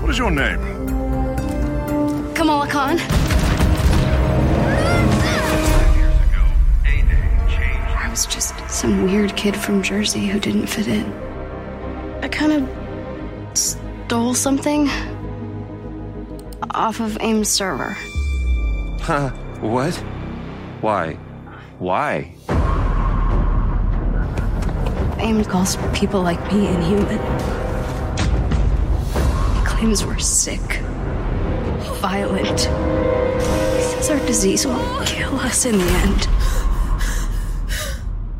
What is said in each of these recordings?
What is your name? Kamala Khan. I was just some weird kid from Jersey who didn't fit in. I kind of stole something off of AIM's server. Huh? What? Why? Why? AIM calls people like me inhuman. He claims we're sick, violent. He says our disease will kill us in the end.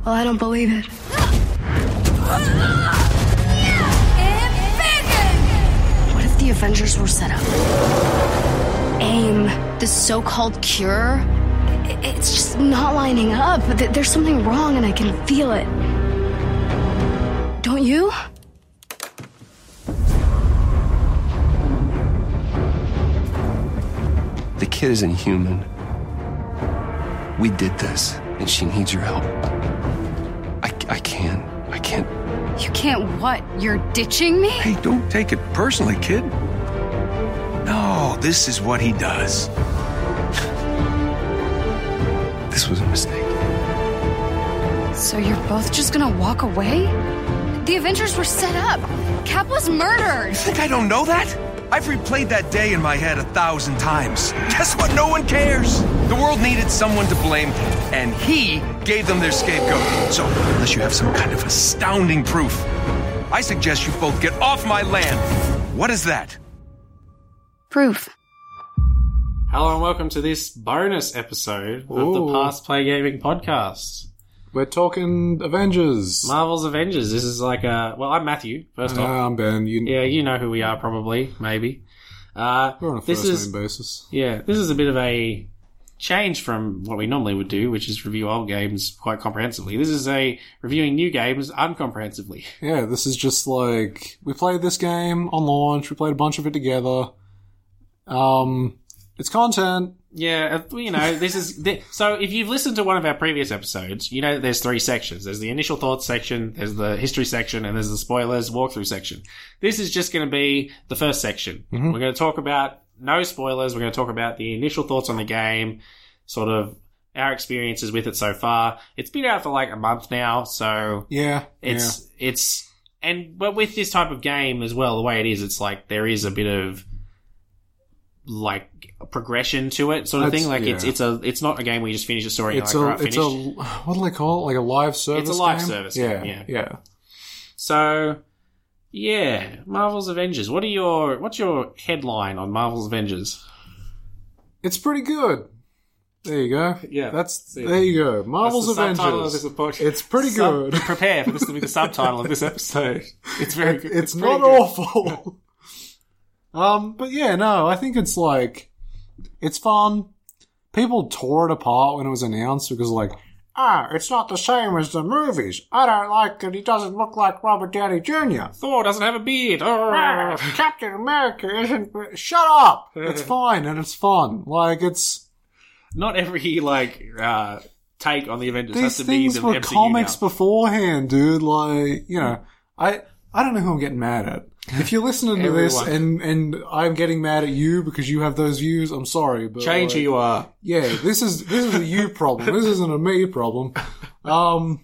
Well, I don't believe it. What if the Avengers were set up? AIM, the so called cure, i- it's just not lining up. Th- There's something wrong and I can feel it. Don't you? The kid isn't human. We did this, and she needs your help. I, I can't. I can't. You can't what? You're ditching me? Hey, don't take it personally, kid. No, Oh, this is what he does. This was a mistake. So you're both just gonna walk away? The Avengers were set up. Cap was murdered. Think I don't know that? I've replayed that day in my head a thousand times. Guess what? No one cares. The world needed someone to blame, and he gave them their scapegoat. So, unless you have some kind of astounding proof, I suggest you both get off my land. What is that? Proof. Hello and welcome to this bonus episode of the Ooh. Past Play Gaming podcast. We're talking Avengers. Marvel's Avengers. This is like a well, I'm Matthew. First Nah, off, I'm Ben. You, yeah, you know who we are probably, maybe. Uh, We're on a first this is name basis. yeah, this is a bit of a change from what we normally would do, which is review old games quite comprehensively. This is a reviewing new games uncomprehensively. Yeah, this is just like we played this game on launch. We played a bunch of it together. Um, it's content. Yeah, uh, you know, this is th- so. If you've listened to one of our previous episodes, you know that there's three sections. There's the initial thoughts section, there's the history section, and there's the spoilers walkthrough section. This is just going to be the first section. Mm-hmm. We're going to talk about no spoilers. We're going to talk about the initial thoughts on the game, sort of our experiences with it so far. It's been out for like a month now, so Yeah, it's it's and but with this type of game as well, the way it is, it's like there is a bit of like progression to it, sort of That's- thing. Like it's yeah. it's a it's not a game where you just finish a story. yeah. And it's you're a like, right, it's finished. a what do they call it? Like a live service. live game? service game, Yeah, yeah. yeah. So yeah, Marvel's Avengers. What are your what's your headline on Marvel's Avengers? It's pretty good. There you go. Yeah, that's see. there you go. Marvel's That's the subtitle Avengers. of this podcast. It's pretty Sub- good. prepare for this to be the subtitle of this episode. It's very good. it's pretty not good. awful. um, but yeah, no, I think it's like it's fun. People tore it apart when it was announced because like Ah, it's not the same as the movies. I don't like that he doesn't look like Robert Downey Jr. Thor doesn't have a beard. Ah, Oh. Captain America isn't. Shut up! It's fine and it's fun. Like, it's. Not every like uh, take on the Avengers has These to be things the were MCU comics now. beforehand, dude. Like, you know, I I don't know who I'm getting mad at. If you're listening to this and and I'm getting mad at you because you have those views, I'm sorry, but Change who like, you are. Yeah, this is this is a you problem. This isn't a me problem. Um,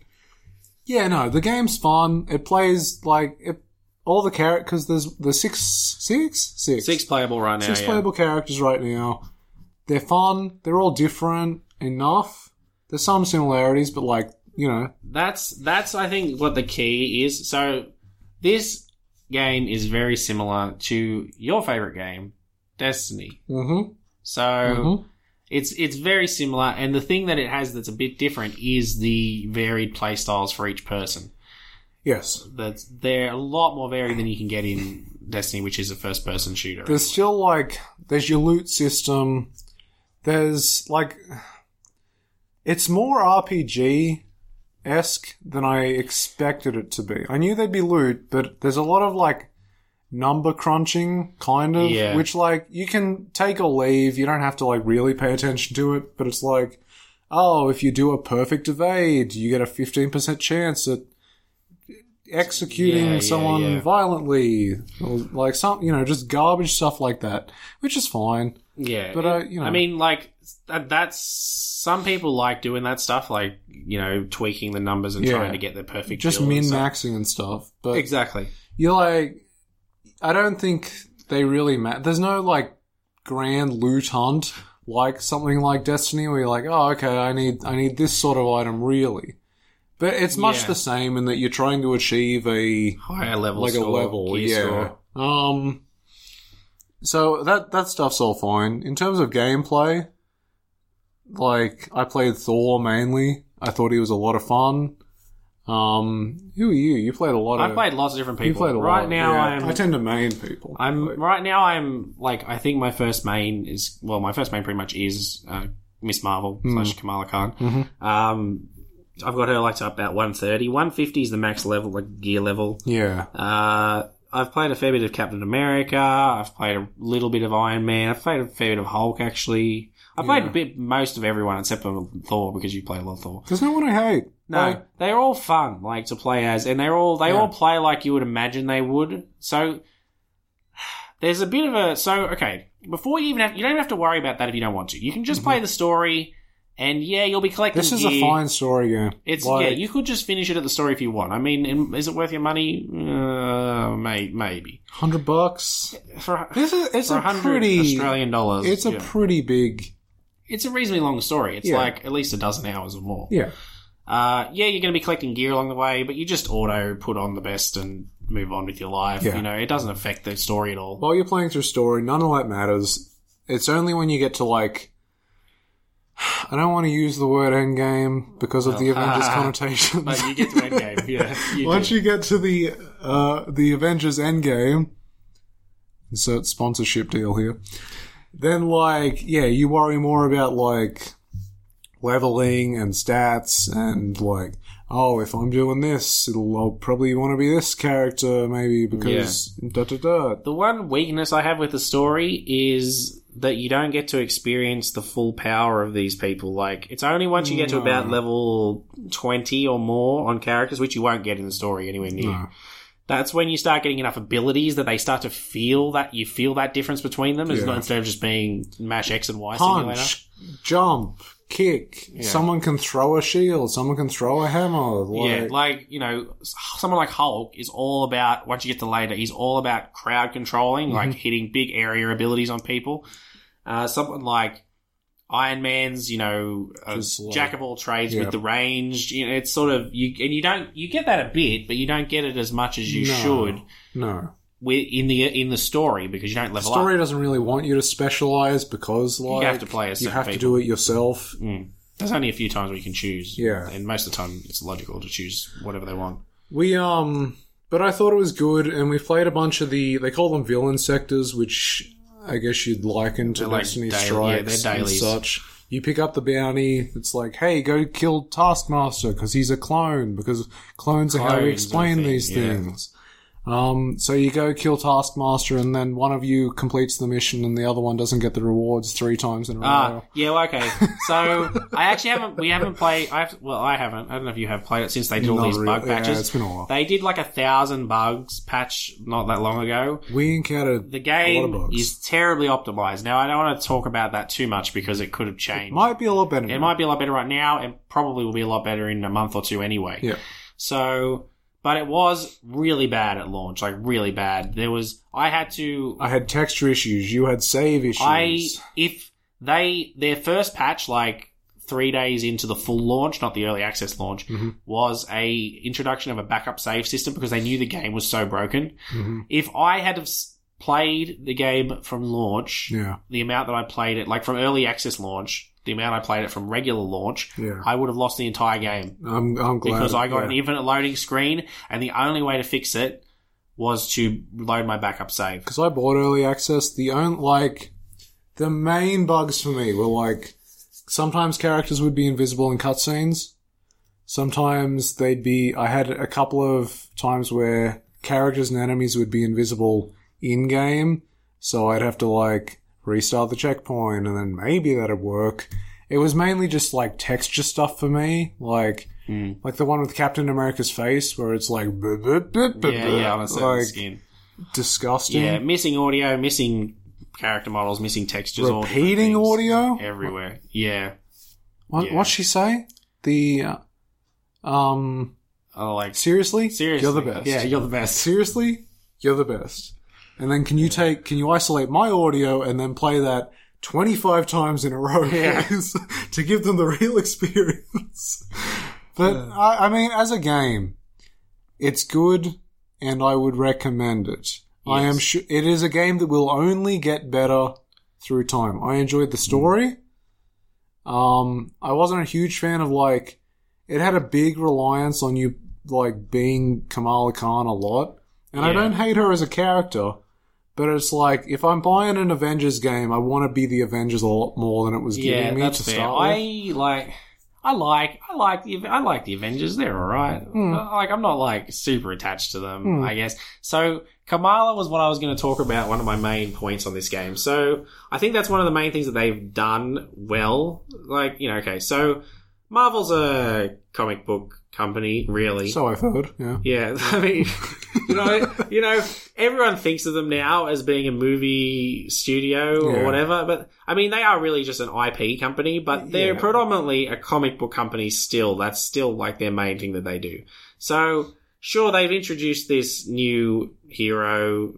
yeah, no, the game's fun. It plays like it, all the characters because there's there's six six six Six playable right now. six yeah. playable characters right now. They're fun. They're all different enough. There's some similarities, but like you know, That's that's I think what the key is. So this game is very similar to your favorite game, Destiny. Mm-hmm. So Mhm. it's it's very similar, and the thing that it has that's a bit different is the varied playstyles for each person. Yes. That's they're a lot more varied than you can get in Destiny, which is a first person shooter. There's still like there's your loot system. There's like it's more RPG esque than I expected it to be. I knew there'd be loot, but there's a lot of like number crunching kind of Yeah. which like you can take or leave. You don't have to like really pay attention to it, but it's like oh, if you do a perfect evade, you get a 15% chance at executing Yeah, yeah, someone yeah. violently or like some you know just garbage stuff like that which is fine Yeah, But, it- uh, you know. I mean, like that, that's some people like doing that stuff, like you know, tweaking the numbers and Yeah. trying to get the perfect. just build and min stuff. maxing and stuff but Exactly. you're like i don't think they really matter there's no like grand loot hunt like something like destiny where you're like oh okay i need i need this sort of item really but it's much Yeah. the same in that you're trying to achieve a Higher level, like score, a level, gear yeah. score. Um, so that that stuff's all fine in terms of gameplay. Like I played Thor mainly. I thought he was a lot of fun. Um, who are you? You played a lot I of. played lots of different You people. played a right lot. now, yeah. I'm. I tend to main people. I'm Like, right now. I'm like I think my first main is well, my first main pretty much is uh, Miss Marvel Hmm. slash Kamala Khan. Mm-hmm. Um, I've got her like up at 130. 150 is the max level, like gear level. yeah. Uh, I've played a fair bit of Captain America. I've played a little bit of Iron Man. I've played a fair bit of Hulk, actually. I played a bit most of everyone except for Thor because you play a lot of Thor. There's no one I hate. No, Like, they're all fun, like to play as, and they're all they Yeah. all play like you would imagine they would. So there's a bit of a so okay before you even have you don't even have to worry about that if you don't want to. You can just play the story, and yeah, you'll be collecting. Mm-hmm. this is a gear. fine story game. It's Like, yeah. You could just finish it at the story if you want. I mean, and is it worth your money? Uh, may, maybe hundred bucks. for This is it's for a 100 pretty Australian dollars. It's a yeah. pretty big it's a reasonably long story. It's Yeah. like at least a dozen hours or more. yeah. Uh, yeah, you're going to be collecting gear along the way, but you just auto put on the best and move on with your life. Yeah. You know, it doesn't affect the story at all. while you're playing through story, none of that matters. It's only when you get to like I don't want to use the word endgame because of the Avengers connotations. Oh. But you get to endgame. yeah, you Once do. you get to the uh, the Avengers Endgame, insert sponsorship deal here, then like yeah, you worry more about like leveling and stats and like oh if I'm doing this, it'll I'll probably want to be this character maybe because da da da. The one weakness I have with the story is that you don't get to experience the full power of these people. Like, it's only once you get to about level 20 or more on characters, which you won't get in the story anywhere near. That's when you start getting enough abilities that they start to feel that you feel that difference between them, It's Yeah. not instead of just being mash X and Y simulator. punch, jump, kick. Someone can throw a shield. Someone can throw a hammer. Like, yeah, like you know, s- someone like Hulk is all about once you get to later, he's all about crowd Mm-hmm. controlling, like hitting big area abilities on people. Uh, someone like Iron Man's, you know, a Just like- jack of all trades yeah. with the range. You know, it's sort of you, and you don't you get that a bit, but you don't get it as much as you No. should no, with, in the in the story because you don't the level story up. doesn't really want you to specialize because like have to play as You certain have to people. do it yourself. Mm. There's only a few times where you can choose, Yeah. and most of the time it's logical to choose whatever they want. We um, but I thought it was good, and we played a bunch of the they call them villain sectors, which I guess you'd liken to They're like Destiny daily- yeah, Strikes they're and dailies. such. You pick up the bounty. It's like, hey, go kill Taskmaster because he's a clone. Because clones are how Clones are we a explain thing, these yeah. things. Um, so you go kill Taskmaster, and then one of you completes the mission, and the other one doesn't get the rewards three times in a row. Ah, yeah, well, okay. So I actually haven't. We haven't played. I've, well, I haven't. I don't know if you have played it since they did all Not these really. bug Yeah, patches. it's been a while. They did like a thousand bugs patch not that long ago. we encountered The a lot of game bugs. is terribly optimized. Now I don't want to talk about that too much because it could have changed. Might be a lot better. It now. might be a lot better right now, and probably will be a lot better in a month or two anyway. Yeah. So, but it was really bad at launch, like really bad. There was I had to I had texture issues. You had save issues. I if they their first patch like three days into the full launch, not the early access launch, Mm-hmm. was a introduction of a backup save system because they knew the game was so broken. Mm-hmm. If I had have s- played the game from launch, Yeah. the amount that I played it, like from early access launch, the amount I played it from regular launch, Yeah. I would have lost the entire game I'm, I'm glad because I got yeah. an infinite loading screen, and the only way to fix it was to load my backup save. because I bought early access. The only like the main bugs for me were like sometimes characters would be invisible in cutscenes. Sometimes they'd be. I had a couple of times where characters and enemies would be invisible in game, so I'd have to like restart the checkpoint, and then maybe that'd work. It was mainly just like texture stuff for me, like Hmm. like the one with Captain America's face, where it's like boop, boop, boop, boop, Yeah, yeah, on a certain like skin. disgusting. Yeah, missing audio, missing character models, missing textures, all different Repeating things audio? everywhere. Yeah, What, Yeah. What's she say? The, uh, um, oh, like seriously? seriously, You're the best. Yeah, you're the best. Seriously? You're the best. And then can you take, can you isolate my audio and then play that 25 times in a row please, to give them the real experience? But I, I mean, as a game, it's good and I would recommend it. I am Yes. sure it is a game that will only get better through time. I enjoyed the story. Um, I wasn't a huge fan of like it had a big reliance on you like being Kamala Khan a lot, and I Yeah. don't hate her as a character, but it's like if I'm buying an Avengers game, I want to be the Avengers a lot more than it was giving Yeah, me that's to fair. start I with. like. I like, I like the, I like the Avengers. They're all right. Hmm. I- Like, I'm not like super attached to them, I guess. So Kamala was what I was going to talk about. One of my main points on this game. So I think that's one of the main things that they've done well. Like, you know, okay. So Marvel's a comic book company, really. So I've heard. Yeah. Yeah, I mean, you know, you know, everyone thinks of them now as being a movie studio Yeah. or whatever, but I mean, they are really just an IP company, but they're Yeah. predominantly a comic book company still. That's still like their main thing that they do. So, sure, they've introduced this new hero,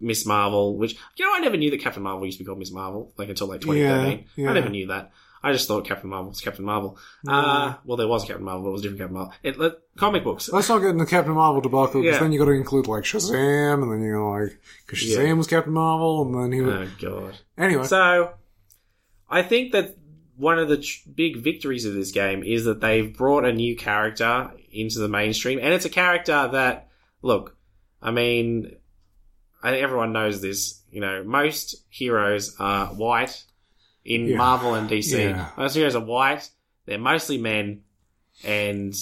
Miss Marvel, which you know, I never knew that Captain Marvel used to be called Miss Marvel, like until like 2013. Yeah, yeah. I never knew that. I just thought Captain Marvel was Captain Marvel. Uh, well, there was Captain Marvel, but it was a different Captain Marvel. It, let- comic books. Let's not get into Captain Marvel debacle because Yeah. then you got to include like Shazam, and then you're like, because Shazam was Captain Marvel, and then he was Oh god. anyway. So, I think that one of the tr- big victories of this game is that they've brought a new character into the mainstream, and it's a character that, look, I mean, I, everyone knows this. You know, most heroes are white in Yeah. Marvel and DC. Yeah. Most heroes are white. They're mostly men, and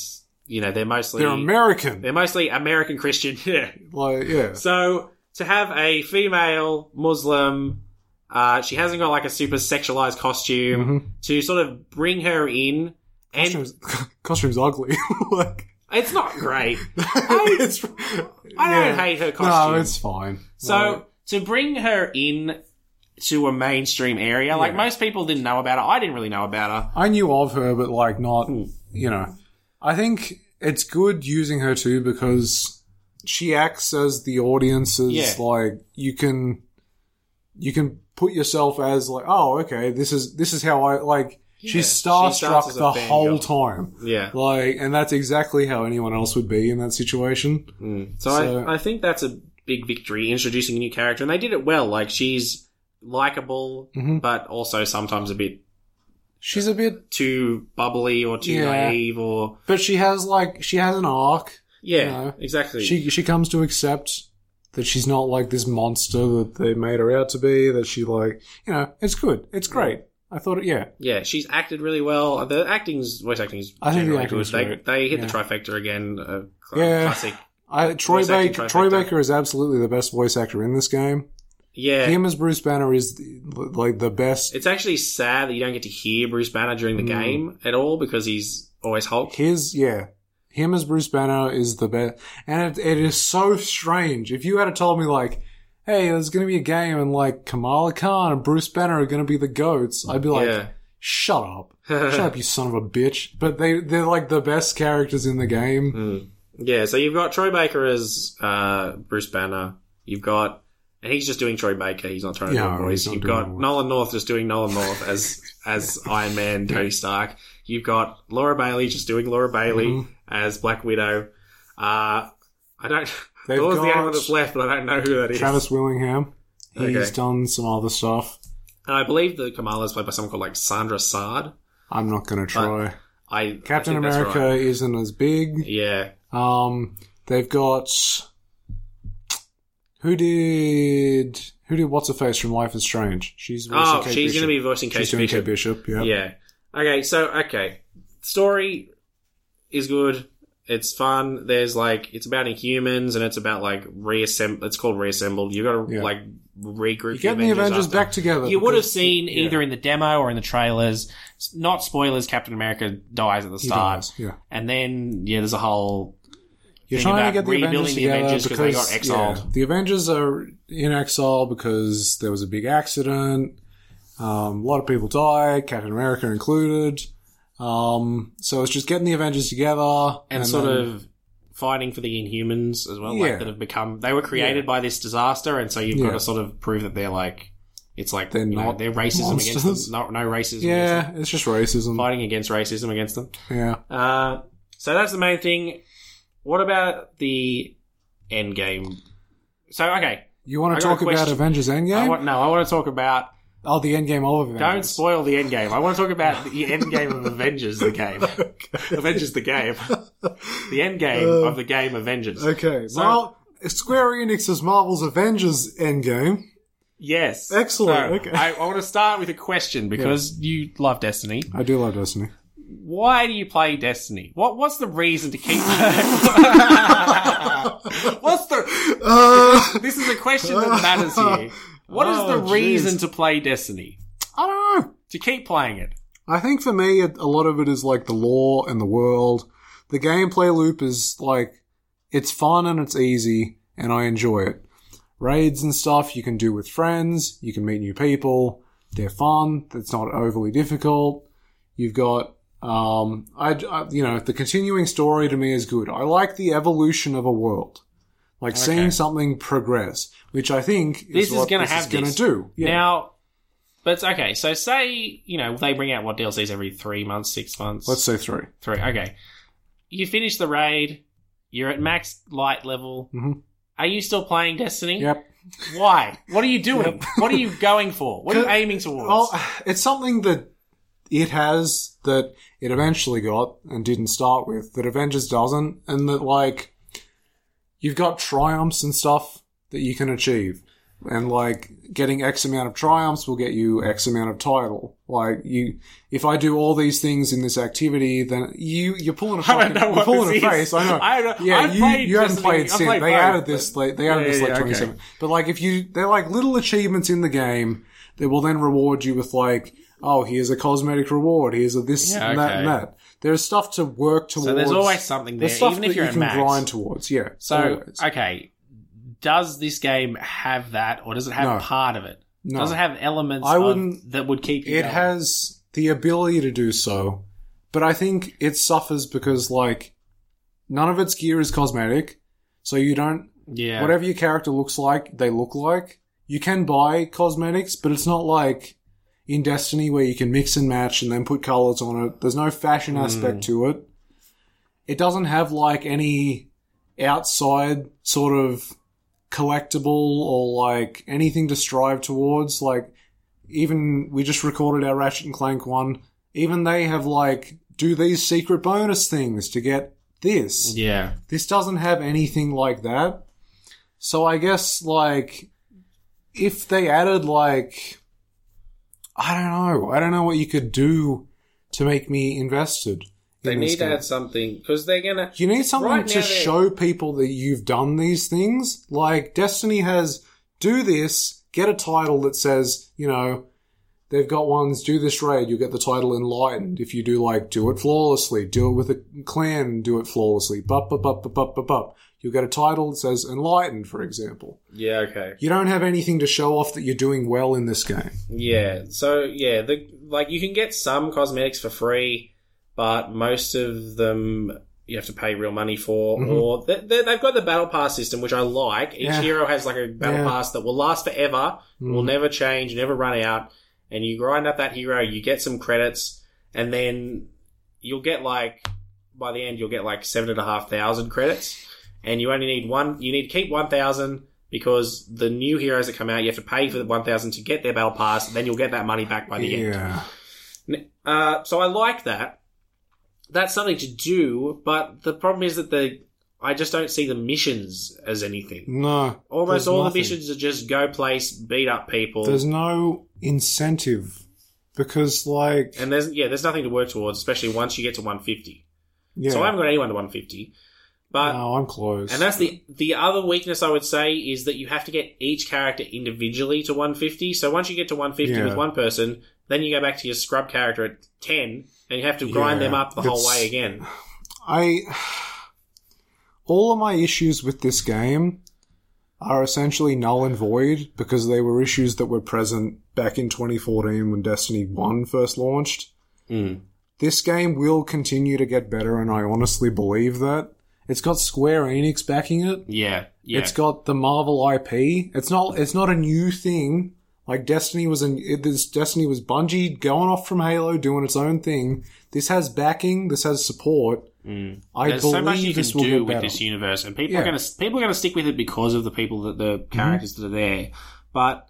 you know they're mostly they're American. they're mostly American Christian. Yeah. like, yeah. So to have a female Muslim, uh, she hasn't got like a super sexualized costume to sort of bring her in, and Mm-hmm. costume's, costume's ugly. like it's not great. it's, I yeah. don't hate her No, costume. it's fine. so to bring her in to a mainstream area, like most people didn't know about her. I didn't really know about her. I knew of her, but like not, Hmm. you know. I think it's good using her too because she acts as the audience's Yeah. like you can, you can put yourself as like, oh, okay, this is this is how I like. Yeah, she She's starts starstruck as a the fangirl. whole time. Yeah. Like, and that's exactly how anyone else would be in that situation. Hmm. So, So- I, I think that's a big victory introducing a new character, and they did it well. Like she's likable, but also sometimes a bit Mm-hmm. She's a bit too bubbly or too Yeah. naive or But she has like she has an arc. yeah, No. exactly. She she comes to accept that she's not like this monster that they made her out to be. That she like you know it's good. It's great. I thought, yeah, Yeah, she's acted really well. The acting's voice acting's I think the generally acting was good. great. They, they hit Yeah. the trifecta again. A cl- Yeah. classic. I, Troy Voice acting Baker. Troy trifecta. Baker is absolutely the best voice actor in this game. Yeah, Him as Bruce Banner is the- like the best. Mm. it's actually sad that you don't get to hear Bruce Banner during the game at all because he's always Hulk. His yeah, him as Bruce Banner is the best, and it, it is so strange. If you had told me like, hey, there's going to be a game and like Kamala Khan and Bruce Banner are going to be the goats, I'd be like, yeah, shut up, shut up, you son of a bitch. But they they're like the best characters in the game. Hmm. yeah. So you've got Troy Baker as uh, Bruce Banner. You've got and he's just doing Troy Baker. He's not trying to Yeah, do a voice. he's not You've doing got a voice. Nolan North just doing Nolan North as as Iron Man, Tony Stark. You've got Laura Bailey just doing Laura Bailey Mm-hmm. as Black Widow. Uh, I don't. They've Thor's the only one got- that's left, but I don't know who that is. Travis Willingham, he's Okay. done some other stuff. And I believe the Kamala is played by someone called like Sandra Sard. I'm not going to try. I I Captain think that's America right. isn't as big. Yeah, Um, they've got who did who did what's her face from Life is Strange? She's voicing Oh, Kate she's Bishop. gonna be voicing Kate she's doing Bishop. Kate Bishop. Yeah. yeah. Okay, so okay, story is good. It's fun. There's like it's about Inhumans and it's about like reassemble. It's called reassembled. You got to Yeah. like regroup. You get the Avengers after. back together. You would have because- seen yeah. either in the demo or in the trailers. s- Not spoilers. Captain America dies at the He start, dies, Yeah, and then yeah, there's a whole you're Thing trying about to get the rebuilding Avengers the together Avengers 'cause because they got exiled. yeah, the Avengers are in exile because there was a big accident. Um, a lot of people died, Captain America included. Um, so it's just getting the Avengers together and, sort then- of fighting for the Inhumans as well, Yeah. like that have become they were created by this disaster, and so you've Yeah. got to sort of prove that they're like it's like They're you know, not they're racism against monsters. them, no, no racism, against Yeah, them. it's just racism. fighting against racism against them. Yeah. Uh, so that's the main thing. What about the end game? So okay, You want I to got talk a about question. Avengers Endgame? I want no, I want to talk about. oh, the Endgame of Don't Avengers. spoil the end game. I want to talk about the end game of Avengers, the game. Avengers, the game. The end game of the game Avengers. Uh, Okay. So- well, Square Enix's Marvel's Avengers Endgame. Yes. Excellent. So, Okay. I, I want to start with a question because you love Destiny. I do love Destiny. Why do you play Destiny? What What's the reason to keep? what's the? Uh, This is a question that matters here. What is Oh, the jeez. reason to play Destiny? I don't know. To keep playing it? I think for me, it, a lot of it is like the lore and the world. The gameplay loop is like, it's fun and it's easy, and I enjoy it. Raids and stuff you can do with friends, you can meet new people, they're fun, it's not overly difficult. You've got, um, I, I- you know, the continuing story to me is good. I like the evolution of a world. Like seeing something progress, which I think This is, is what gonna this have is going this. to do. Yeah. Now, but it's okay. So say you know they bring out what DLCs every three months, six months. Let's say three. three. Okay, you finish the raid. You're at max light level. Mhm. Are you still playing Destiny? Yep. Why? What are you doing? What are you going for? What are you aiming towards? Well, Oh, it's something that it has that it eventually got and didn't start with that Avengers doesn't, and that like you've got triumphs and stuff that you can achieve, and like getting X amount of triumphs will get you X amount of title. Like you, if I do all these things in this activity, then you you're pulling a I fucking, don't know you're what pulling this a is. face. I know. I don't- yeah, I've you played you haven't Destiny- played I've since played they both, added this. but- Like, they added Yeah, this yeah, like okay. twenty seven. But like, if you they're like little achievements in the game that will then reward you with like, oh, here's a cosmetic reward, here's a this Yeah, and that and okay. that. There's stuff to work towards. there's always something there, even if that you're you at can max. grind towards. Yeah. so, always. okay, does this game have that, or does it have No. part of it? No. Does it have elements I of- wouldn't- that would keep you it going? has the ability to do so, but I think it suffers because like none of its gear is cosmetic, so you don't yeah. whatever your character looks like, they look like. You can buy cosmetics, but it's not like in Destiny where you can mix and match and then put colors on it. There's no fashion Hmm. aspect to it. It doesn't have like any outside sort of collectible or like anything to strive towards. Like even we just recorded our Ratchet and Clank one. Even they have like do these secret bonus things to get this Yeah. this doesn't have anything like that. So I guess like if they added like I don't know. I don't know what you could do to make me invested. They in this need to game. add something because they're gonna. You need something Right now to they're- show people that you've done these things. Like Destiny has do this, get a title that says, you know, they've got ones, do this raid, you'll get the title enlightened. If you do like do it flawlessly, do it with a clan, do it flawlessly, bup bup bup bup bup bup bup. You'll get a title that says enlightened, for example. Yeah. Okay. You don't have anything to show off that you're doing well in this game. Yeah. So yeah, the like you can get some cosmetics for free, but most of them you have to pay real money for. Or they, they, they've got the battle pass system, which I like. Each Mm-hmm. Yeah. hero has like a battle Yeah. pass that will last forever, Hmm. will never change, never run out. And you grind up that hero, you get some credits, and then you'll get like by the end you'll get like seven and a half thousand credits, and you only need one. You need to keep one thousand because the new heroes that come out, you have to pay for the one thousand to get their battle pass. Then you'll get that money back by the end. Yeah. N- Uh, so I like that. That's something to do, but the problem is that the I just don't see the missions as anything. No. Almost Mm. there's all the nothing. missions are just go place, beat up people, There's no incentive because, like, and there's yeah, there's nothing to work towards, especially once you get to 150. yeah. So I haven't got anyone to 150, but no, I'm close. And that's the the other weakness I would say is that you have to get each character individually to 150. So once you get to 150 Yeah. with one person, then you go back to your scrub character at 10, and you have to grind Yeah, them up the whole it's- way again. I all of my issues with this game are essentially null and void because they were issues that were present back in 2014 when Destiny 1 first launched. Hmm. This game will continue to get better and I honestly believe that. It's got Square Enix backing it. Yeah, yeah, It's got the Marvel IP. It's not it's not a new thing. Like Destiny was in it, this Destiny was Bungie going off from Halo doing its own thing. This has backing, this has support. I Mm. There's believe so much you can this will do get with better. this universe, and people are Yeah. Mm-hmm. going to people are going to stick with it because of the people that the characters that are there. But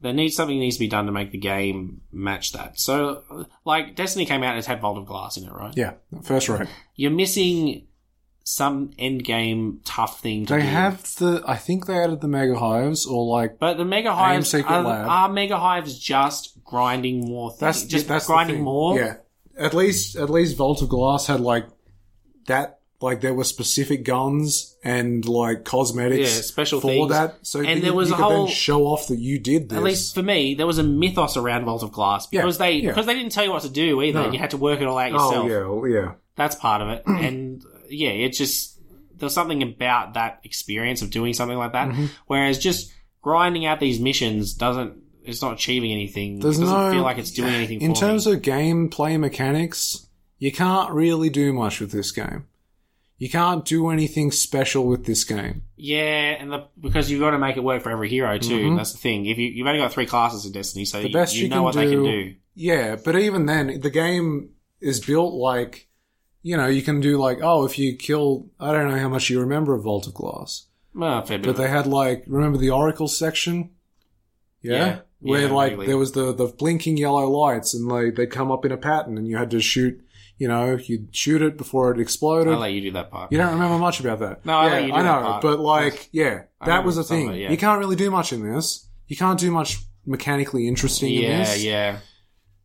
there needs something needs to be done to make the game match that. So, like Destiny came out and it had Vault of Glass in it, right? Yeah, first rate. You're missing some end game tough thing to They do. have the I think they added the mega hives or like But the mega hives are, Secret Lab. are mega hives just grinding more things? that's just that's the grinding thing. more. Yeah. At least at least Vault of Glass had like that like there were specific guns and like cosmetics Yeah, special for things. that. So And that there you, was you a could then whole- show off that you did this. At least for me, there was a mythos around Vault of Glass Yeah, because they yeah. because they didn't tell you what to do either. No. and You had to work it all out yourself. Oh yeah, well, yeah. That's part of it. and uh, yeah, it's just there's something about that experience of doing something like that. Mm-hmm. Whereas just grinding out these missions doesn't it's not achieving anything. There's it doesn't no feel like it's doing anything in for terms me. of gameplay mechanics. You can't really do much with this game. You can't do anything special with this game. Yeah, and the, because you've got to make it work for every hero too. That's the thing. If you, you've only got three classes in Destiny, so Mm-hmm. the you- best you, you, know can what do, they can do. Yeah, but even then, the game is built like you know you can do like oh if you kill I don't know how much you remember of Vault of Glass, Well, a fair bit but of they it. had like remember the Oracle section, yeah, Yeah. where Yeah, like vaguely. there was the the blinking yellow lights and they they come up in a pattern and you had to shoot you know you'd shoot it before it exploded. I'll let you do that part. You don't remember much about that. No, I yeah, know you do I that know, part. but like, yeah, I that remember was the some thing. of it, yeah. You can't really do much in this. You can't do much mechanically interesting in yeah, this. yeah,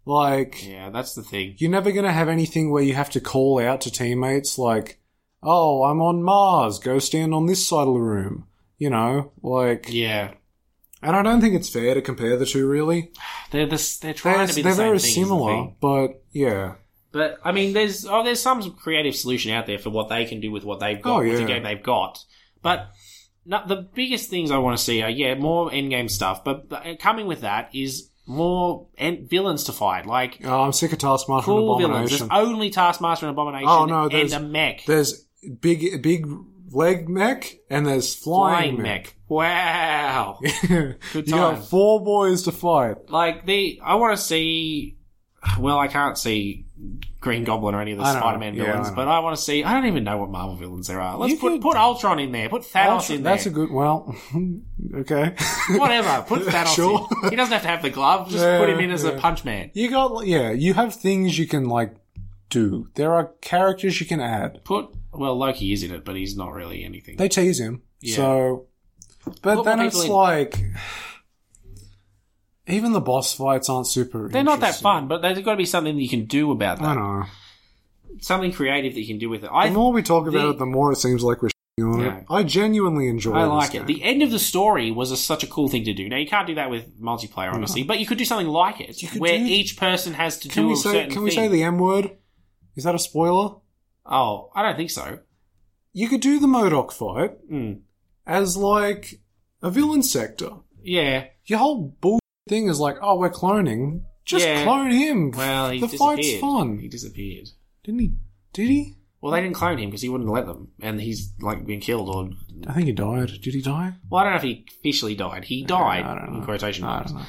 Like, yeah. That's the thing. you're never going to have anything where you have to call out to teammates like, "Oh, I'm on Mars. Go stand on this side of the room." You know, like, Yeah, and I don't think it's fair to compare the two really. they're this, they're trying They're, to be the they're same very thing, is the similar, thing. but yeah, But I mean, there's oh, there's some creative solution out there for what they can do with what they've got, Oh, with the yeah. game they've got. But no, the biggest things I want to see are yeah, more end game stuff. But, but uh, coming with that is more en- villains to fight, like oh, I'm sick of Taskmaster cool and villains. Abomination. There's only Taskmaster and Abomination, Oh, no, and there's- a mech, There's big, big leg mech, and there's flying, flying mech. Wow. mech. Good you got times. four boys to fight. like the I want to see. Well, I can't see Green Goblin or any of the I know, Spider-Man yeah, villains, I know. but I want to see. I don't even know what Marvel villains there are. Let's You put could- put Ultron in there. Put Thanos Ultra- in there. that's a good. Well, okay. Whatever. Put Thanos Sure. in. He doesn't have to have the glove. Just Yeah, put him in as a yeah. punch man. You got yeah. You have things you can like do. There are characters you can add. Put well Loki is in it, but he's not really anything. They tease him. Yeah. So, but Put then more it's people in. like Even the boss fights aren't super. They're not that interesting. fun, but there's got to be something that you can do about I that. know. Something creative that you can do with it. The I, more we talk about the- it, the more it seems like we're shitting on Yeah. it. I genuinely enjoy. I this like it. game. The end of the story was a, such a cool thing to do. Now you can't do that with multiplayer, obviously, but you could do something like it, could where do- each person has to Can do we a say? certain Can we thing. say the M word? Is that a spoiler? oh, I don't think so. You could do the Modoc fight Mm. as like a villain sector. Yeah, Your whole bull thing is like, oh, we're cloning. Just Yeah. clone him. well, he the disappeared. fight's fun. He disappeared. Didn't he? Did he? Well, they didn't clone him because he wouldn't let them, and he's like been killed or I think he died. Did he die? Well, I don't know if he officially died. He died in quotation I marks. don't know.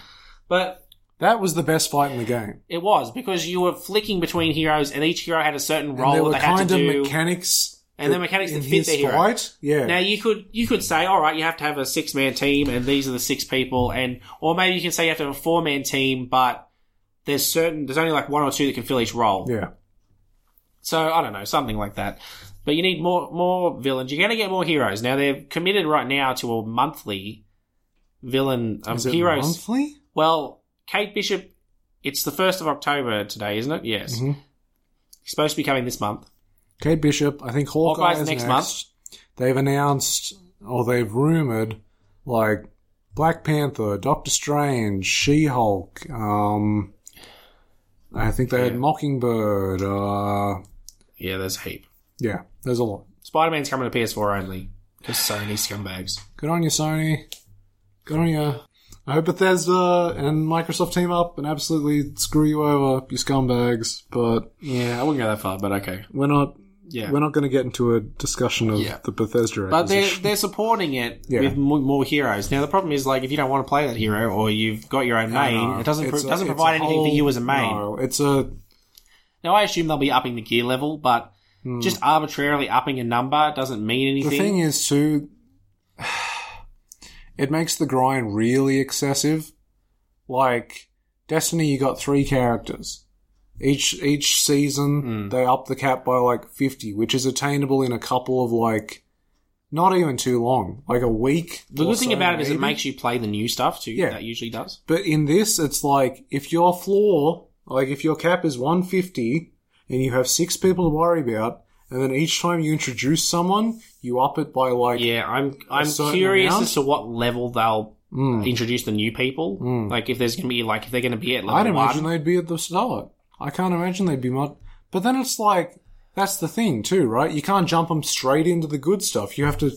But That was the best fight in the game. it was because you were flicking between heroes, and each hero had a certain and there role were they had kind to of do. mechanics. And the that- mechanics that in fit his the hero. fight. Yeah. now you could you could say, all right, you have to have a six man team, and these are the six people, and or maybe you can say you have to have a four man team, but there's certain there's only like one or two that can fill each role. yeah. So I don't know, something like that. But you need more more villains. You're going to get more heroes. Now they're committed right now to a monthly villain um, Is it heroes. monthly? Well, Kate Bishop, it's the 1st of October today, isn't it? Yes. Mhm. It's supposed to be coming this month. Kate Bishop. I think Hawkeye's Hawkeye's next next month. They've announced, or they've rumored, like Black Panther, Doctor Strange, She Hulk. Um, I think they had Yeah. Mockingbird. Uh, Yeah, there's a heap. yeah, there's a lot. Spider Man's coming to PS4 only. Because Sony scumbags. Good on you, Sony. Good on you. I hope Bethesda and Microsoft team up and absolutely screw you over, you scumbags. But Yeah, I wouldn't go that far, but okay. we're not. Yeah. We're not going to get into a discussion of Yeah. the Bethesda but they're, acquisition. they're supporting it Yeah. with more, more heroes. Now, the problem is, like, if you don't want to play that hero or you've got your own No, main, no, it doesn't, pro- it's a- doesn't it's provide a anything for whole- you as a main. No, it's a Now, I assume they'll be upping the gear level, but just arbitrarily upping a number doesn't mean anything. Hmm. The thing is, too, it makes the grind really excessive. Like Destiny, you got three characters. Each each Hmm. season, they up the cap by like fifty, which is attainable in a couple of like, not even too long, like a week. the or good thing so, about it is it maybe. makes you play the new stuff too. Yeah. That usually does. But in this, it's like if your floor, like if your cap is 150 and you have six people to worry about, and then each time you introduce someone, you up it by like yeah, I'm a I'm certain curious amount? as to what level they'll Mm. introduce the new people. Like if there's gonna be like if they're gonna be at level Hmm. I'd imagine one. they'd be at the start. I can't imagine they'd be much. But then it's like that's the thing too, right? You can't jump them straight into the good stuff. You have to.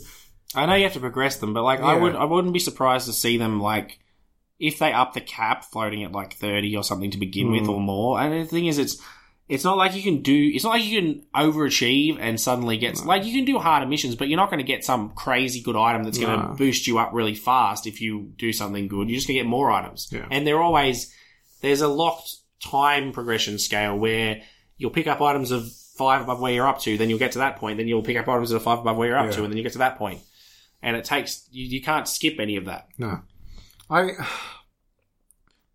I know you have to progress them, but like I Yeah. would I wouldn't be surprised to see them like if they up the cap floating at like thirty or something to begin Hmm. with or more. And the thing is it's it's not like you can do it's not like you can overachieve and suddenly get like you can do harder missions, but you're not gonna get some crazy good item that's gonna No. boost you up really fast if you do something good. You're just gonna get more items. Yeah. And they're always there's a locked time progression scale where you'll pick up items of five above where you're up to, then you'll get to that point, then you'll pick up items of five above where you're up Yeah. to, and then you get to that point. And it takes you, you can't skip any of that. No, I.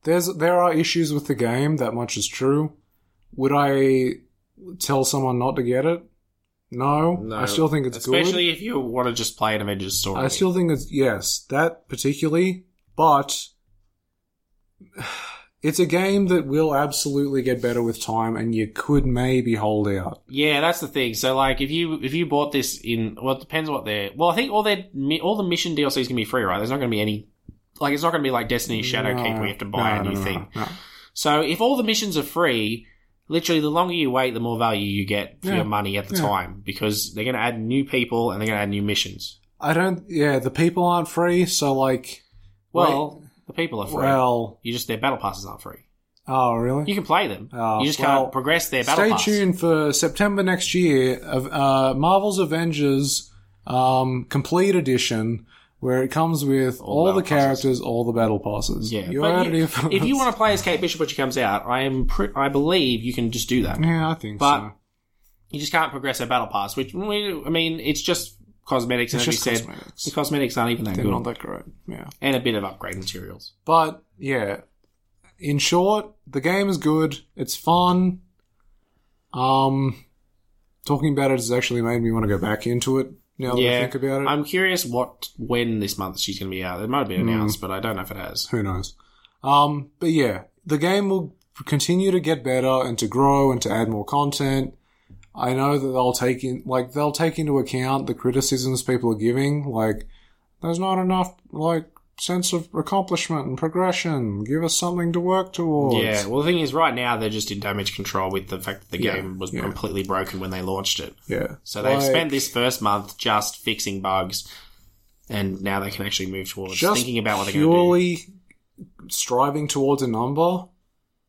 There's there are issues with the game. That much is true. Would I tell someone not to get it? No, I still think it's especially good. if you want to just play an Avengers story. I still think it's yes, that particularly, but it's a game that will absolutely get better with time, and you could maybe hold out. yeah, that's the thing. So like, if you if you bought this in, well, it depends what they're. Well, I think all their mi- all the mission DLC is gonna be free, right? There's not gonna be any. Like it's not going to be like Destiny Shadowkeep where you have to buy No, a new no, no, thing. no. So if all the missions are free, literally the longer you wait, the more value you get for Yeah. your money at the Yeah. time because they're going to add new people and they're going to add new missions. I don't. Yeah, the people aren't free, so like, Well, the people are free. well, you just their battle passes aren't free. oh really? You can play them. Oh, you just well, can't progress their battle Stay pass. tuned for September next year of uh, Marvel's Avengers um, Complete Edition, where it comes with all, battle the characters, all the battle passes. Yeah, you but heard you- it here if you first. want to play as Kate Bishop when she comes out, I am pre- I believe you can just do that. yeah, I think But- so. You just can't progress their battle pass, which we, I mean, it's just cosmetics. It's and as just we said, cosmetics. the cosmetics aren't even that They're good, not that great. Yeah. and a bit of upgrade materials. But yeah, in short, the game is good. It's fun. Um, talking about it has actually made me want to go back into it. Now that I think about it, Hmm. I'm curious what when this month she's going to be out. It might have been announced, but I don't know if it has. who knows? Um, but yeah, the game will continue to get better and to grow and to add more content. I know that they'll take in, like, they'll take into account the criticisms people are giving. Like, there's not enough, like, sense of accomplishment and progression. Give us something to work towards. Yeah, well, the thing is, right now they're just in damage control with the fact that the Yeah, game was yeah. completely broken when they launched it. Yeah. So they've Like, spent this first month just fixing bugs, and now they can actually move towards thinking about what they're going to do. purely striving towards a number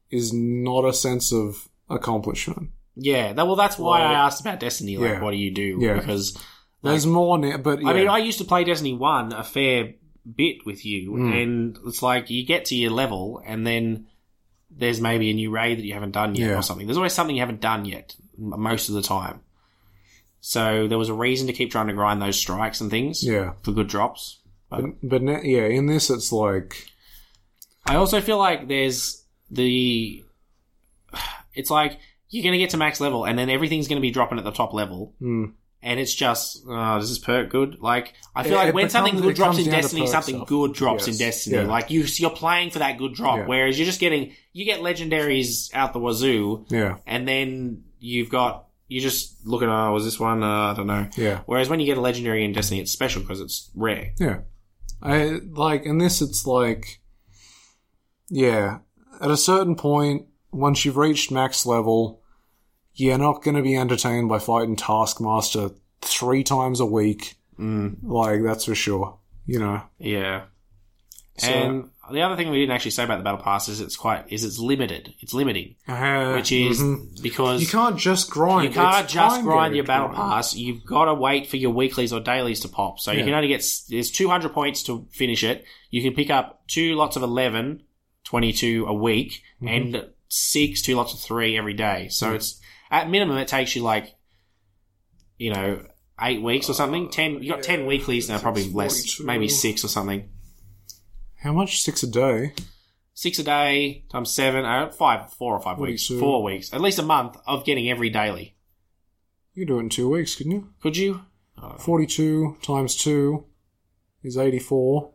is not a sense of accomplishment. Yeah, that, well, that's why I Like- asked about Destiny. Like, Yeah. what do you do? Yeah. Because There's more now, but yeah. I mean, I used to play Destiny 1 a fair bit with you, Hmm. and it's like you get to your level, and then there's maybe a new raid that you haven't done yet Yeah. or something. There's always something you haven't done yet, m- most of the time. So there was a reason to keep trying to grind those strikes and things yeah, for good drops. but, but ne- yeah, in this it's like I also feel like there's the. It's like you're going to get to max level, and then everything's going to be dropping at the top level. hmm, And it's just, oh, does this perk good? Like, I feel It- like it when becomes- something good it drops in comes down to Destiny, perk something stuff. good drops Yes. in Destiny. Yeah. Like, you, you're playing for that good drop, Yeah. whereas you're just getting, you get legendaries out the wazoo, yeah, and then you've got, you're just looking, oh, was this one? Uh, I don't know. yeah, Whereas when you get a legendary in Destiny, it's special because it's rare. yeah. I like in this it's like yeah, at a certain point once you've reached max level, you're not going to be entertained by fighting Taskmaster three times a week. Hmm. Like that's for sure. You know, Yeah. and the other thing we didn't actually say about the battle pass is it's quite is it's limited. It's limiting, Uh, which is mhm. because you can't just grind. you can't It's just time grind gated your battle grind. pass. You've got to wait for your weeklies or dailies to pop. So you Yeah. can only get s- there's 200 points to finish it. You can pick up two lots of 11, 22 a week, Mm-hmm. and six two lots of three every day. So it's at minimum it takes you like you know eight weeks or something. Uh, Ten you got ten weeklies now, probably less, 42. maybe six or something. How much? Six a day. six a day times seven, uh, five, four or five weeks, Forty-two. four weeks, at least a month of getting every daily. You do it in two weeks, couldn't you? Could you? Uh, Forty-two times two is eighty-four.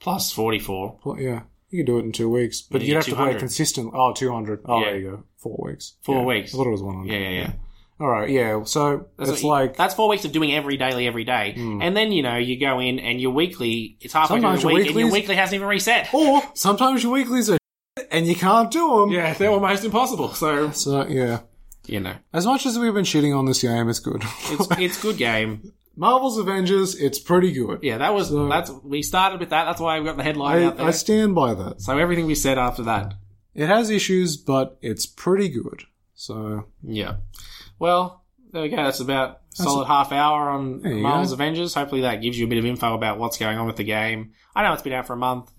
Plus 44. Well, yeah, you could do it in two weeks, but Yeah, you'd have to 200. wait consistently. Oh, 200. Oh, Yeah. there you go. Four weeks. Four Yeah. weeks. I thought it was one Yeah, hundred. yeah, yeah. All right. Yeah. So it's what you- like Hmm. that's four weeks of doing every daily, every day, and then you know you go in and your weekly it's halfway Sometimes through the your week and your weeklies- weekly hasn't even reset. or sometimes your weeklies are shit and you can't do them. Yeah, they're almost impossible. So So yeah, you know, as much as we've been shitting on this game, it's good. it's it's good game. Marvel's Avengers. It's pretty good. Yeah, that was So- that's we started with that. That's why we got the headline out I, there. I stand by that. so everything we said after that It has issues, but it's pretty good. So Yeah. Well, there we go. That's about solid half hour on There you Marvel's go. Avengers. Hopefully that gives you a bit of info about what's going on with the game. I know it's been out for a month,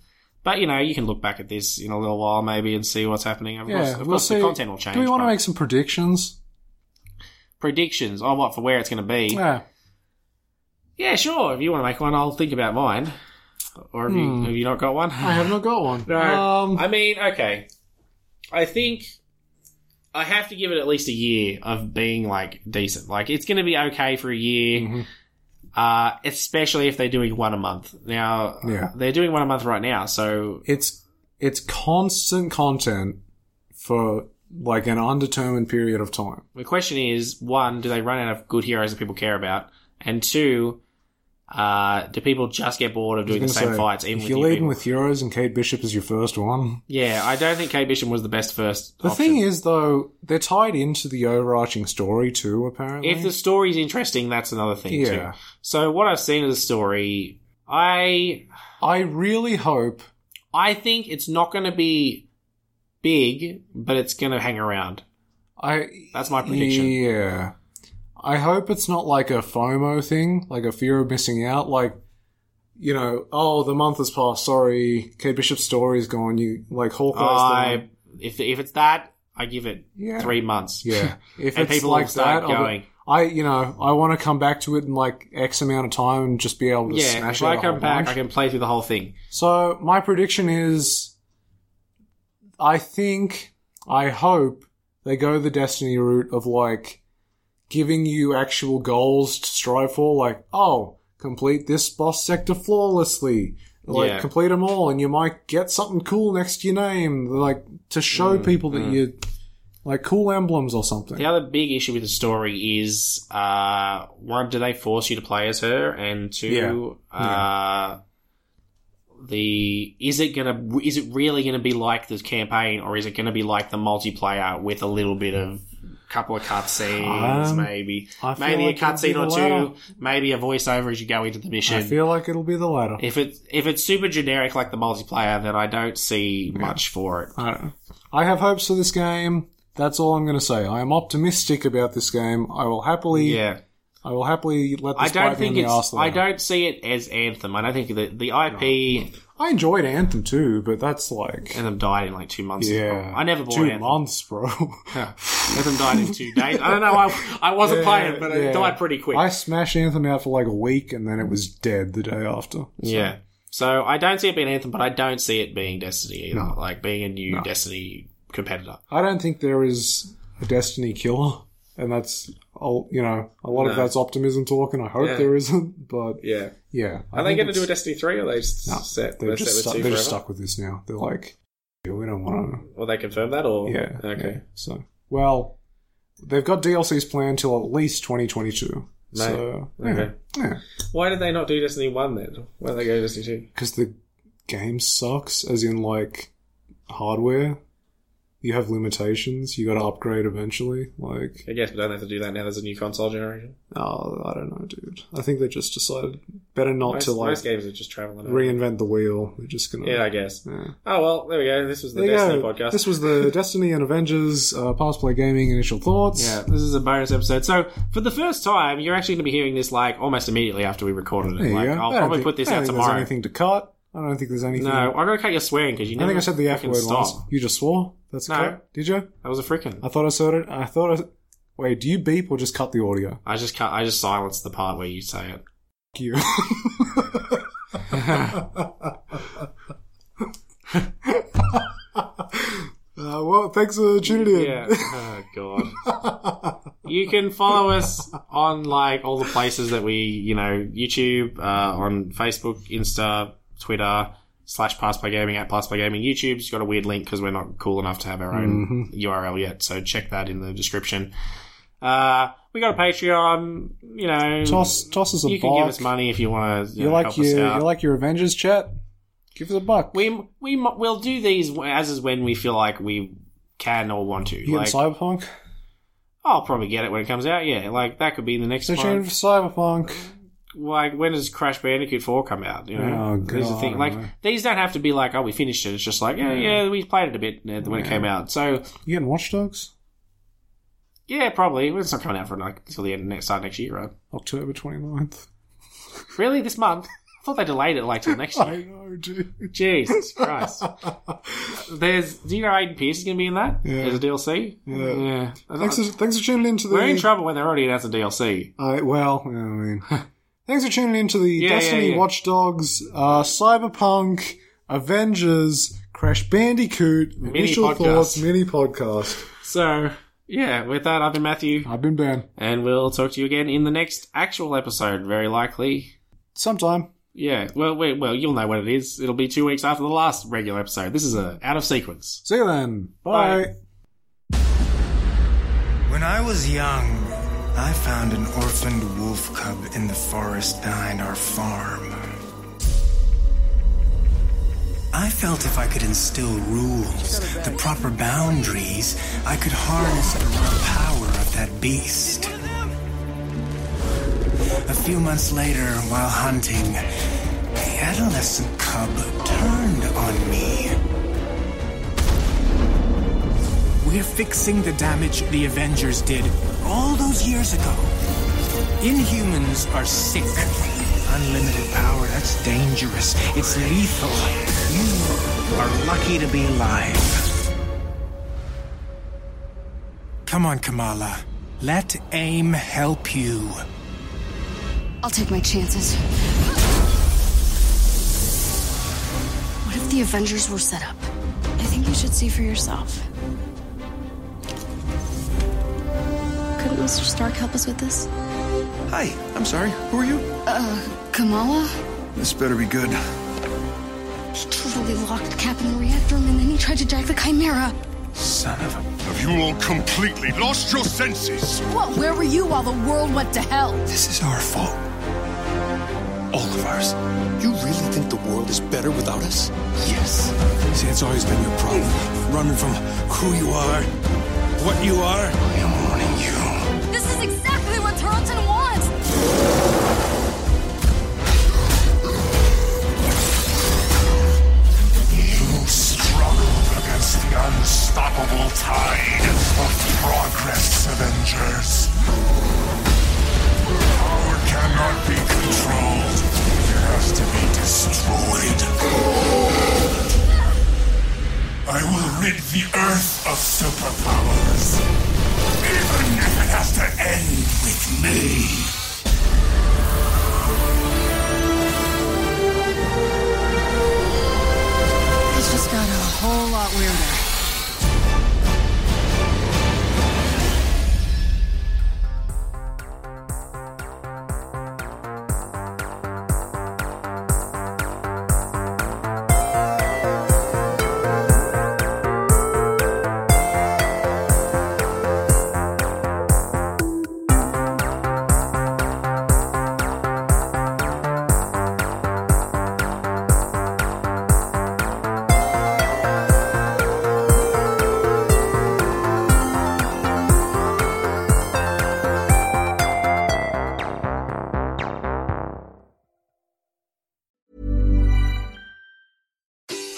but you know, you can look back at this in a little while maybe and see what's happening. Of course, yeah, of we'll course see. the content will change. Do we want to but make some predictions? predictions on what for where it's going to be? Yeah. Yeah, sure. If you want to make one, I'll think about mine. Or have, you, have you not got one? Hmm. I have not got one. No. Um, I mean, okay. I think I have to give it at least a year of being like decent. Like it's going to be okay for a year, Mm-hmm. uh, especially if they're doing one a month. Now Yeah. they're doing one a month right now, so it's it's constant content for like an undetermined period of time. the question is: one, do they run out of good heroes that people care about? And two, uh, do people just get bored of doing the I was same gonna say, fights? Even if with you're new leading people? with heroes and Kate Bishop is your first one. yeah, I don't think Kate Bishop was the best first. The option. thing is, though, they're tied into the overarching story too. Apparently, If the story's interesting, that's another thing Yeah. too. So what I've seen of the story, I I really hope I think it's not going to be big, but it's going to hang around. I That's my prediction. Yeah. I hope it's not like a FOMO thing, like a fear of missing out, like you know, oh the month has passed, sorry, Kate Bishop's story's gone, you like Hawkeye's I the if if it's that, I give it Yeah. three months. Yeah. If And it's people like will start that, I'll be- going. I you know, I want to come back to it in like X amount of time and just be able to yeah. smash If it. I come back, I can play through the whole thing. So my prediction is, I think, I hope they go the Destiny route of like giving you actual goals to strive for, like oh, complete this boss sector flawlessly, Like Yeah. complete them all, and you might get something cool next to your name, like to show people that you like cool emblems or something. The other big issue with the story is uh, one, do they force you to play as her? And two, Yeah. uh, the is it gonna is it really gonna be like the campaign, or is it gonna be like the multiplayer with a little bit of couple of cutscenes, Um, maybe I feel maybe like a it'll be cutscene the or two, latter. maybe a voiceover as you go into the mission. I feel like it'll be the latter. if it's if it's super generic like the multiplayer, then I don't see much for it. I don't know. I have hopes for this game. That's all I'm going to say. I am optimistic about this game. I will happily, Yeah. I will happily let I this don't bite me in think the it's. arse I later. don't see it as Anthem. I don't think that the IP I enjoyed Anthem too, but that's like, Anthem died in like two months. yeah, I never bought two Anthem. months, bro. Anthem died in two days. I don't know. I, I wasn't playing, but Yeah. it died pretty quick. I smashed Anthem out for like a week, and then it was dead the day after. yeah. So I don't see it being Anthem, but I don't see it being Destiny either. Like being a new Destiny competitor. I don't think there is a Destiny killer, and that's all. You know, a lot of that's optimism talk, and I hope Yeah. there isn't. But Yeah. yeah, Are they going to do a it's- Destiny three? Or are they s- No, set? they're They're, just set stuck. with They're two just forever? stuck with this now. They're like, "Yeah, we don't want to. Will they confirm that or Yeah. Okay. yeah. So, well, they've got DLCs planned till at least 2022. So, yeah. Okay. Why did they not do Destiny one then? Why did they go to Destiny two? Because the game sucks, as in, like, hardware. You have limitations. You got to upgrade eventually. Like, I guess we don't have to do that now. There's a new console generation. oh, I don't know, dude. I think they just decided better not Most, to, like, most games are just traveling. over. reinvent the wheel. They're just going to. Yeah, I guess. Yeah. Oh well, there we go. This was the There you Destiny go. podcast. This was the Destiny and Avengers uh, Past Play Gaming initial thoughts. yeah, this is a bonus episode. So for the first time, you're actually going to be hearing this like almost immediately after we recorded There it. you Like go. I I'll don't probably think- put this I don't out think tomorrow. There's anything to cut? I don't think there's anything. no, I gotta cut your swearing because you I never. think I said the F fucking word stop. once. You just swore. That's No. correct. Did you? That was a freaking. I thought I said it. I thought. I... Wait, do you beep or just cut the audio? I just cut. I just silenced the part where you say it. Fuck you. Uh, well, thanks for tuning in. Yeah. Oh god. you can follow us on like all the places that we, you know, YouTube, uh, on Facebook, Insta, Twitter. Slash Past Play Gaming at Past Play Gaming. YouTube's got a weird link because we're not cool enough to have our Mm-hmm. own URL yet, so check that in the description. Uh, we got a Patreon, you know. Toss, toss us a you buck. can give us money if you want to. You, You know, like help us your, out. you like your Avengers chat? Give us a buck. We we mu- we'll do these as is when we feel like we can or want to. you getting Like, Cyberpunk? I'll probably get it when it comes out. Yeah, like that could be the next Stay one. tuned for Cyberpunk. Like when does Crash Bandicoot Four come out? You know, Oh, There's the God, thing. I Like don't know. these don't have to be like, oh, we finished it. It's just like, yeah, yeah, we played it a bit uh, when it came out. So You getting Watch Dogs? yeah, probably Well, it's not coming out for like until the end next start next year, right? October 29th. Really, this month? I thought they delayed it like till next year. I know, dude. Jesus Christ! There's do you know Aiden Pierce is going to be in that Yeah. as a DLC? Yeah, I Thanks for, thanks for tuning in to the. We're in trouble when they're already announced a DLC. I- well, I mean, thanks for tuning in to the Yeah, yeah, Destiny yeah. Watch Dogs, uh, Cyberpunk, Avengers, Crash Bandicoot, Initial podcast. Thoughts mini podcast. So, yeah, with that, I've been Matthew, I've been banned. and we'll talk to you again in the next actual episode, very likely. Sometime. Yeah, well, wait, well, you'll know what it is. It'll be two weeks after the last regular episode. This is a out of sequence. See you then. Bye. Bye. When I was young, I found an orphaned wolf cub in the forest behind our farm. I felt if I could instill rules, the proper boundaries, I could harness the raw power of that beast. A few months later, while hunting, the adolescent cub turned on me. We're fixing the damage the Avengers did all those years ago. Inhumans are sick. Unlimited power, that's dangerous. It's lethal. You are lucky to be alive. Come on, Kamala. Let AIM help you. I'll take my chances. What if the Avengers were set up? I think you should see for yourself. Couldn't Mr. Stark help us with this? Uh, Hi, I'm sorry. Who are you? Kamala? This better be good. accidentally locked Cap in the reactor room, and then he tried to jack the Chimera. Son of a. Have you all completely lost your senses? What? Where were you while the world went to hell? This is our fault. All of ours. You really think the world is better without us? Yes. See, it's always been your problem. Running from who you are, what you are. I am warning you. This is exactly what Tarleton wants. You struggle against the unstoppable tide of progress, Avengers. Power cannot be controlled. It has to be destroyed. I will rid the Earth of superpowers. Even if it has to end with me. It's just got a whole lot weirder.